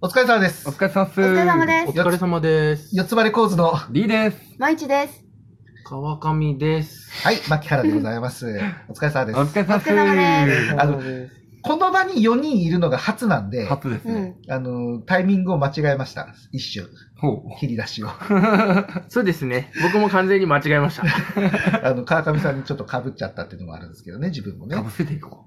お疲れ様ですお。疲れ様です。お疲れ様でお疲れ様です。四つ葉レコーズの、は D です。す。まいちです。川上です。い、牧原でござい ます。お疲れ様でおす疲。れ様です。お疲れ様であの、この場に4人いるのが初なんで、初ですうね。ん。あの、タイミングを間違えました。一瞬、ほう。切り出しを。 そうですね。僕も完全に間違えました。 あの、川上さんにちょっと被っちゃったっていうのもあるんですけどね、自分もかねぶ。せていこ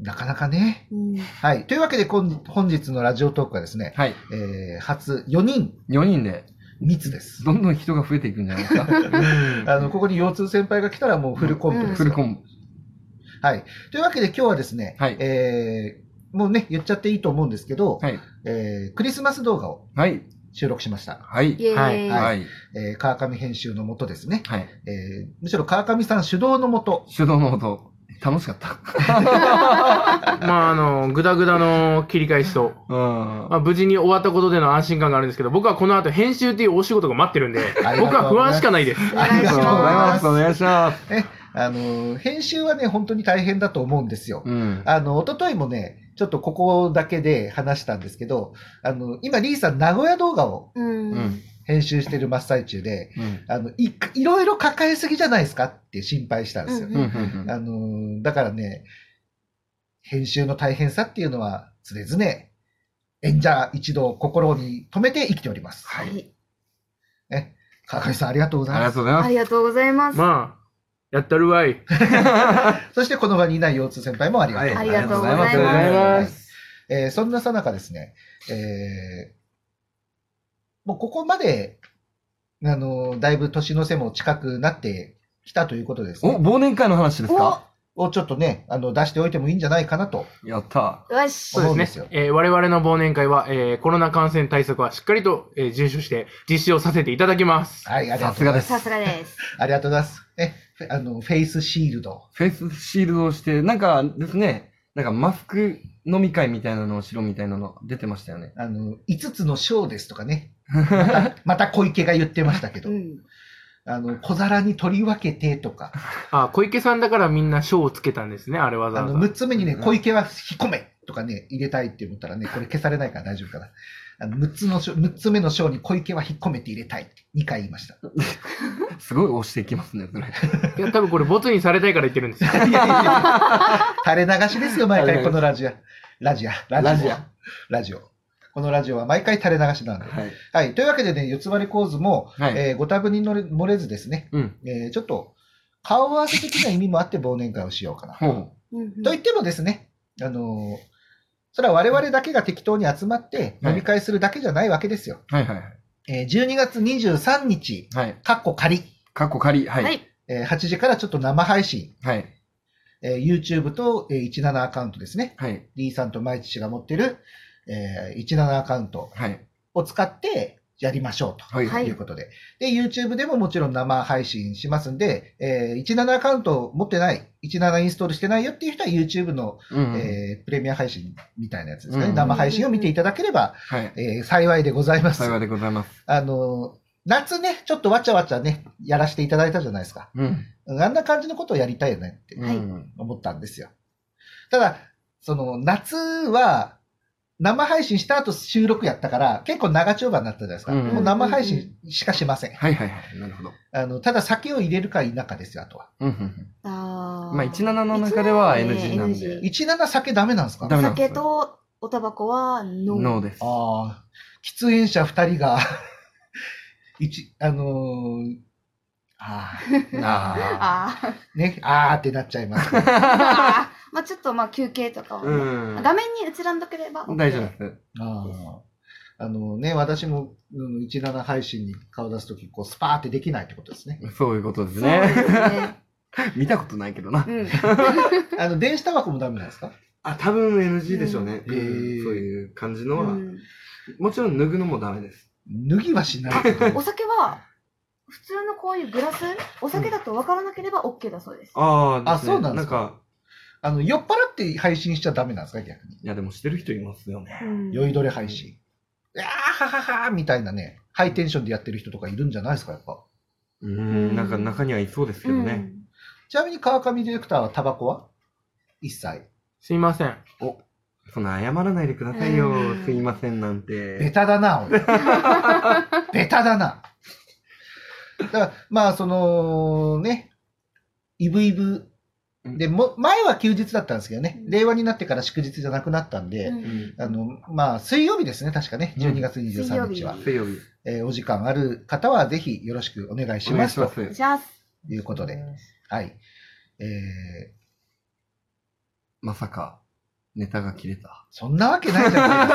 なかなかね。うん。はい。というわけで、今本日のラジオトークはですねう。、はい。えー、初4人4人で、密です。どんどん人が増えていくんじゃないですか。あの、ここに腰痛先輩が来たらもうフルコンプですよ。フルコンボ。はい。というわけで今日はですね、はいえーもうね、言っちゃっていいと思うんですけど、はい。えークリスマス動画をはい。収録しました。はい。イエーイ。はいははい。えー川上編集のもとですね、はい。えーむしろ川上さん主導のもと、手動の音、楽しかった。まあ、あの、ぐだぐだの切り返しと、うんま。あ、無事に終わったことでの安心感があるんですけど、僕はこの後編集っていうお仕事が待ってるんでがとう、僕は不安しかないです。ありがとうございますお願いします。あのー編集はね、本当に大変だと思うんですよ。うん。あの、一昨日もね、ちょっとここだけで話したんですけど、あの、今、リーさん、名古屋動画をうん。ううんん。編集してる真っ最中で、うん。あの、い、いろいろ抱えすぎじゃないですかって心配したんですよ。うんうん。うんあのーだからね、編集の大変さっていうのは常々、演者一度心に留めて生きております。は。はいい。ね、川上さんありがとうございありまがす。とうございあます。りがとうございます。まあ、やったるわい。そしてこの場にいない腰痛先輩もありがとうございます。はいありがとうございますありがとうございます。えーそんなさなかですね、えーもうここまで、あのーだいぶ年の瀬も近くなってきたということです、 お、ね、忘年会の話ですかをちょっとね、あの出しておいてもいいんじゃないかなと。やった。よしそ。うそうでですすよね。えー我々の忘年会は、えーコロナ感染対策はしっかりと、えー遵守して実施をさせていただきます。はい、ありがさとすうごがざいでます。すさ。すがです。ありがとうございます。ね、フェあのフェイスシールド。フェイスシールドをして、なんかですね、なんかマスク飲み会みたいなのをしろみたいなの出てましたよね。あの、5つの章ですとか ね。またまた小池が言ってましたけどう、ん。あの、小皿に取り分けてとか、あ、小池さんだからみんな賞をつけたんですね、あれわざあわの、ざ。 6つ目にね、小池は引っ込めとかね、入れたいって思ったらね、これ消されないから大丈夫かな。あの、6つの章、6つ目の章に小池は引っ込めて入れたいって2回言いま した。すごい押していきますね、それ。いや、多分これボツにされたいから言ってるんで すよ。いやいやいや垂れ流しですよ、毎回このラジオ。ラジオ、ララジジオオ。ラジオ。このラジオは毎回垂れ流しなんで。はい。はい。というわけでね、四つ割り構図も、はいえーご多分に乗れ漏れずですね、うん。えーちょっと顔合わせ的な意味もあって忘年会をしようかな。ほう。うんと言ってもですね、あのーそれは我々だけが適当に集まってはい飲み会するだけじゃないわけですよ。はいはいはい。えー12月23日、はい。かっこ仮、かっこ仮。は。はいい。えー8時からちょっと生配信、はい。えー YouTube と、えー17アカウントですね。はい。 D さんと毎日が持ってる、えー17アカウントはい。を使ってやりましょうと。はい。とはいうことで。で、YouTube でももちろん生配信しますんで、えー17アカウント持ってない、17インストールしてないよっていう人は YouTube の、うんうん。えープレミア配信みたいなやつですかね。うん生配信を見ていただければ、はい。えー幸いでございます。幸いでございます。あのー夏ね、ちょっとわちゃわちゃね、やらせていただいたじゃないですか。うん。うんあんな感じのことをやりたいよねってうはいん。思ったんですよ。ただ、その、夏は、生配信した後収録やったから、結構長丁場になったじゃないですか。うんもう生配信しかしません。はいはいはい。なるほど。あの、ただ酒を入れるか否かですよ、あとは。うんうんあうーん。まあ、17の中では NG なん17で。 17酒ダメなんですかダメなんです酒とおタバコはノー。ノーです。ああ、喫煙者2人が、 一、あのーあああ ーあ、ね、ああってなっちゃいます。あー。まあちょっとまあ休憩とあ。かはうね。ん。画面に映らんとければ OK。大丈夫です。 あーあのね、私も、うん、17配信に顔出すとき、こう、スパーってできないってことですね。そういうことですそうでね。すね。 見たことないけどなう。ん。 あの、電子タバコもダメなん ですかあ、多分 NG でしょうね。ううんんへーそういう感じのうは。んもちろん脱ぐのもダメです。脱ぎはしないけど。お酒は、普通のこういうグラス、お酒だと分からなければ OK だそうです。ああそうなんでなすんかか、あの、酔っ払って配信しちゃダメなんですか逆に。いやでもしてる人いますよね。うん酔いどれ配信。いやー、はははーみたいなね、ハイテンションでやってる人とかいるんじゃないですか、やっぱ。ううんん、なんか中にはいそうですけどね。ちなみに川上ディレクターはタバコは一切。すいません。そんな謝らないでくださいよう。んすいませんなんベて。タだな、俺。ベタだな。だから、まあ、その、ね、イブイブ。で、も、前は休日だったんですけどね、うん令和になってから祝日じゃなくなったんで、うんあの、まあ、水曜日ですね、確かね、うん12月23日は。水曜日。えーお時間ある方は、ぜひよろしくお願いしお願まいす。しまとす。じゃあ、いうことで、はい。えー、まさか、ネタが切れた。そんなわけないじゃないです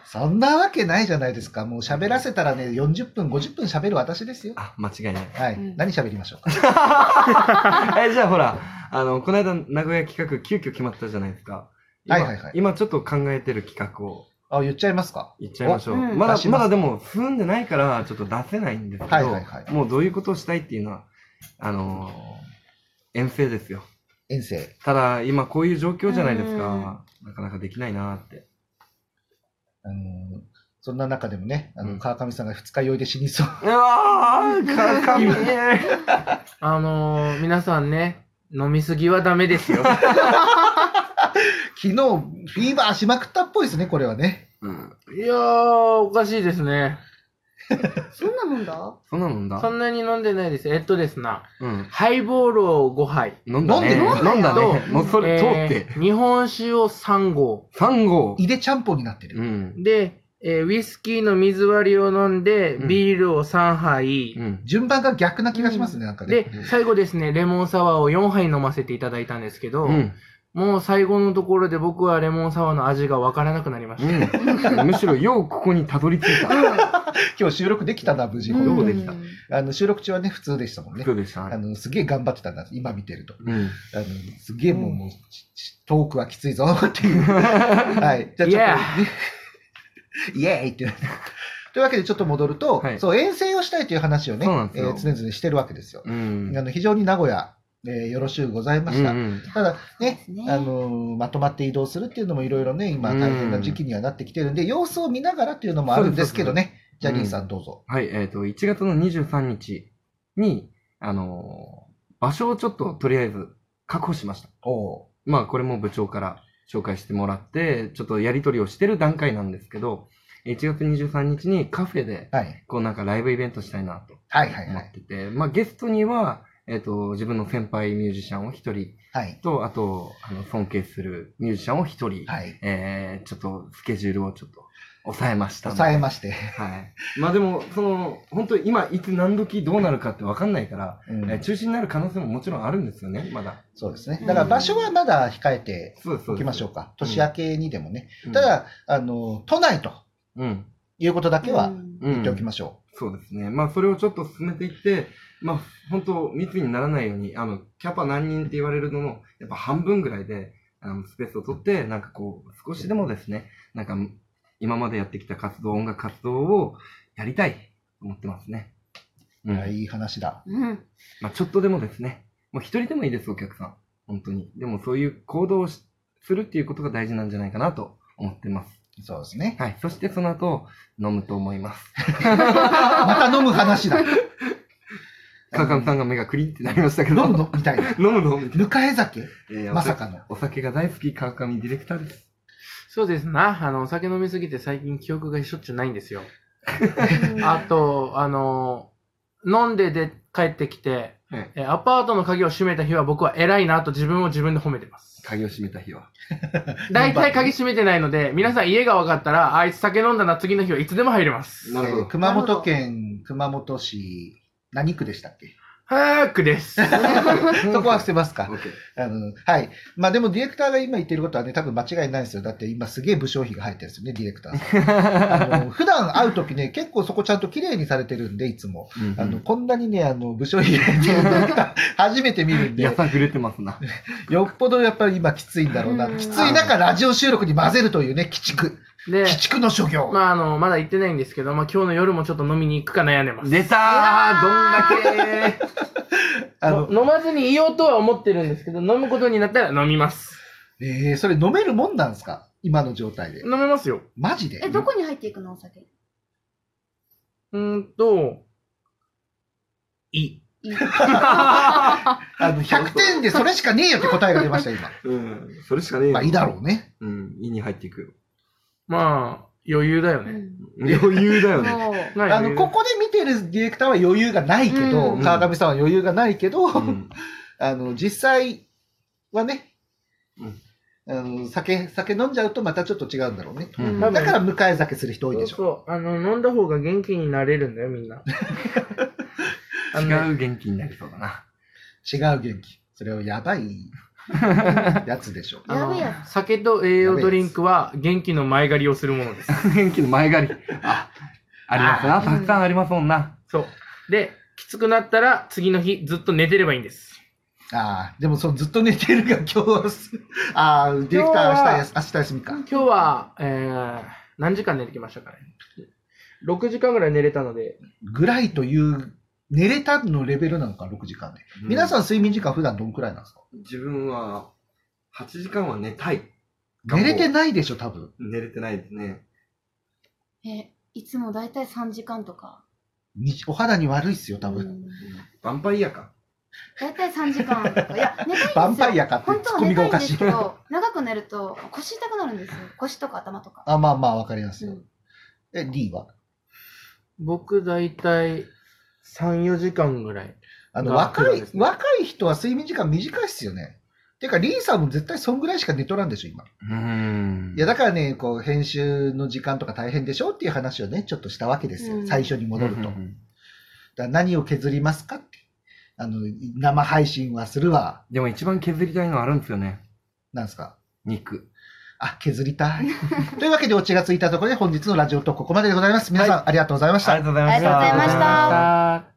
か。 そんなわけないじゃないですか。もう喋らせたらね、40分、50分喋る私ですよ。あ、間違いない。 はい。うん何喋りましょうか。え、じゃあほら、あの、この間、名古屋企画、急遽決まったじゃないですか。今はいはいはい今ちょっと考えてる企画をあ、言っちゃいますか。言っちゃいましょう。おうんまだ出、しまますだでも、踏んでないから、ちょっと出せないんですけど、はいはいはいもうどういうことをしたいっていうのは、あのー遠征ですよ。遠征。ただ、今こういう状況じゃないですか。うんなかなかできないなーって。あのーそんな中でもね、あうんの、川上さんが二日酔いで死にそう。 うわー、かかみねあのー、皆さんね、飲みすぎはダメで すよ。昨日、フィーバーしまくったっぽいですね、これはね。うん。いやー、おかしいですね。そんなもんだそんなもんだ。そんなに飲んでないです。えっとですな、うん。ハイボールを5杯。飲んだね。飲んで飲んだね。もうそれ、通えーって。日本酒を3合。 3号。いでちゃんぽんになってる。うん。で、えーウイスキーの水割りを飲んで、うんビールを3杯。うん。順番が逆な気がしますね、なんかね。で、最後ですね、レモンサワーを4杯飲ませていただいたんですけど、うん。もう最後のところで僕はレモンサワーの味がわからなくなりました。うん、むしろようここにたどり着いた。今日収録できたな、無事。んどうできたんあの、収録中はね、普通でしたもんねそ。うでした。あの、すげえ頑張ってたんだ、今見てると。うん。あの、すげえもう、うんもう、ししトークはきついぞ っていう。はい。じゃあちょっ と、イエーイってなって。というわけでちょっと戻ると、はいそう、遠征をしたいという話をね、そうなんですえよー常々してるわけですよ。うん。あの非常に名古屋、えーよろしゅうございました。うんただねそうですね、あのーまとまって移動するっていうのもいろいろね、今うん大変な時期にはなってきてるんで、様子を見ながらっていうのもあるんですけどね、ジそうャでニすーさんどうぞ。はい、えっ、と、1月の23日に、あのー場所をちょっととりあえず確保しました。おうまあ、これも部長から紹介してもらって、ちょっとやり取りをしてる段階なんですけど、1月23日にカフェで、はい。こうなんかライブイベントしたいなとはいはい思はっい。てて、まあ、ゲストには、えっ、と、自分の先輩ミュージシャンを一人はい。と、あと、あの尊敬するミュージシャンを一人、はい。えーちょっとスケジュールをちょっと抑えましたので抑えまして。はい。まあでも、その、本当に今、いつ何時どうなるかって分かんないから、うんえー中止になる可能性ももちろんあるんですよね、まだ。そうですね。だから場所はまだ控えてそうです、そおうできす。ましょうう。か。年明けにでもね。ん、ただ、あのー都内とうん、いうことだけはうんうん。言っておきましょそうですね。まあ、それをちょっと進めていって、まあ、本当密にならないように、あの、キャパ何人って言われるのの、やっぱ半分ぐらいで、あの、スペースを取って、なんかこう、少しでもですね、なんか、今までやってきた活動、音楽活動をやりたいと思ってますね。うう。んいやいい話だ。うん。まあ、ちょっとでもですね、もう一人でもいいです、お客さん。本当に。でもそういう行動をしするっていうことが大事なんじゃないかなと思ってます。そうですね。はい。そしてその後、飲むと思います。また飲む話 だ。川上さんが目がクリンってなりましたけど。飲むのみたいな。飲むのみたいぬかえ酒 な。いやまさ。かの。お酒お酒が大好き、川上ディレクターです。そうですな。あの、お酒飲みすぎて最近記憶がしょっちゅうないんですよ。うんあと、あの、飲んでで帰ってきて、はい。えアパートの鍵を閉めた日は僕は偉いなと自分を自分で褒めてます。鍵を閉めた日は。大体鍵閉めてないので、皆さん家が分かったら、あいつ酒飲んだな、次の日はいつでも入れます。なるほどえー熊本県熊本市何区でしたっけ早 くです。そこは捨てますオかッケーあの、はい。まあでもディレクターが今言ってることはね、多分間違いないですよ。だって今すげえ武将費が入ってるんですよね、ディレクターさん。あの普段会うときね、結構そこちゃんと綺麗にされてるんで、いつも。うんあの、こんなにね、あの、武将費入れてるディレクター初めて見るんで。やさぐれてますな。よっぽどやっぱり今きついんだろうな。うんきつい中、ラジオ収録に混ぜるというね、鬼畜。で鬼、畜の所業。まあ、あの、まだ行ってないんですけど、まあ、今日の夜もちょっと飲みに行くか悩んでます。出たーどんだけーあの、飲まずにいようとは思ってるんですけど、飲むことになったら飲みます。えー、それ飲めるもんなんですか今の状態で飲。めますよ。マジでえ、どこに入っていくのお酒。 うーんと、い。い。あの、100点でそれしかねえよって答えが出ました、今。うん。それしかねえよまあ、いいだろうね。うん。胃に入っていくよ。まあ、余裕だようね。ん余裕だよね。もう、ないあ余の、裕ここで見てるディレクターは余裕がないけど、うん川上さんは余裕がないけど、うん。あの、実際はね、うんあの酒、酒飲んじゃうとまたちょっと違うんだろうね。うん多分だから迎え酒する人多いでしょ。そうそうあの、飲んだ方が元気になれるんだよ、みんな。あの違う元気になりそうだな。違う元気。それをやばい やつでしょ。あやのべえや酒と栄養ドリンクは元気の前借りをするものです。元気の前借り。あ、ありますな。あーたくさんありますもんな。そう。で、きつくなったら次の日ずっと寝てればいいんです。ああ、でもそのずっと寝てるが今日はす、ああ、ディレクターは明日やす明日休みか。今日は、えー、何時間寝てきましたかね。6時間ぐらい寝れたので、ぐらいという、寝れたのレベルなのか、6時間で。皆さん睡眠時間普段どんくらいなんですかん。自分は、8時間は寝たい。寝れていないでしょ、多分。寝れてないですね。え、いつもだいたい3時間とか。にお肌に悪いっすよ、多分。うんヴァンパイアか。だいたい3時間とか。いや、寝たいんですよ。ヴァンパイアかって本ツ当ッはコミ寝がおたいんでかしすいけ。ど、長く寝ると腰痛くなるんですよ。腰とか頭とか。あ、まあまあ、わかりますうよん。え、D は僕大体3、4時間ぐらい。あの、まあ若そういで、すね若い人は睡眠時間短いっすよね。てか、リーさんも絶対そんぐらいしか寝とらんでしょ、今。うんいや、だからね、こう、編集の時間とか大変でしょっていう話をね、ちょっとしたわけですよ。うん最初に戻ると。うんうんうんだから何を削りますかって。あの、生配信はするわ。でも一番削りたいのはあるんですよね。なんですか肉。あ、削りたい。というわけで、お血がついたところで本日のラジオとここまででございます。皆さん、ありがとうございましたあり。がとうございました。ありがとうございましたた。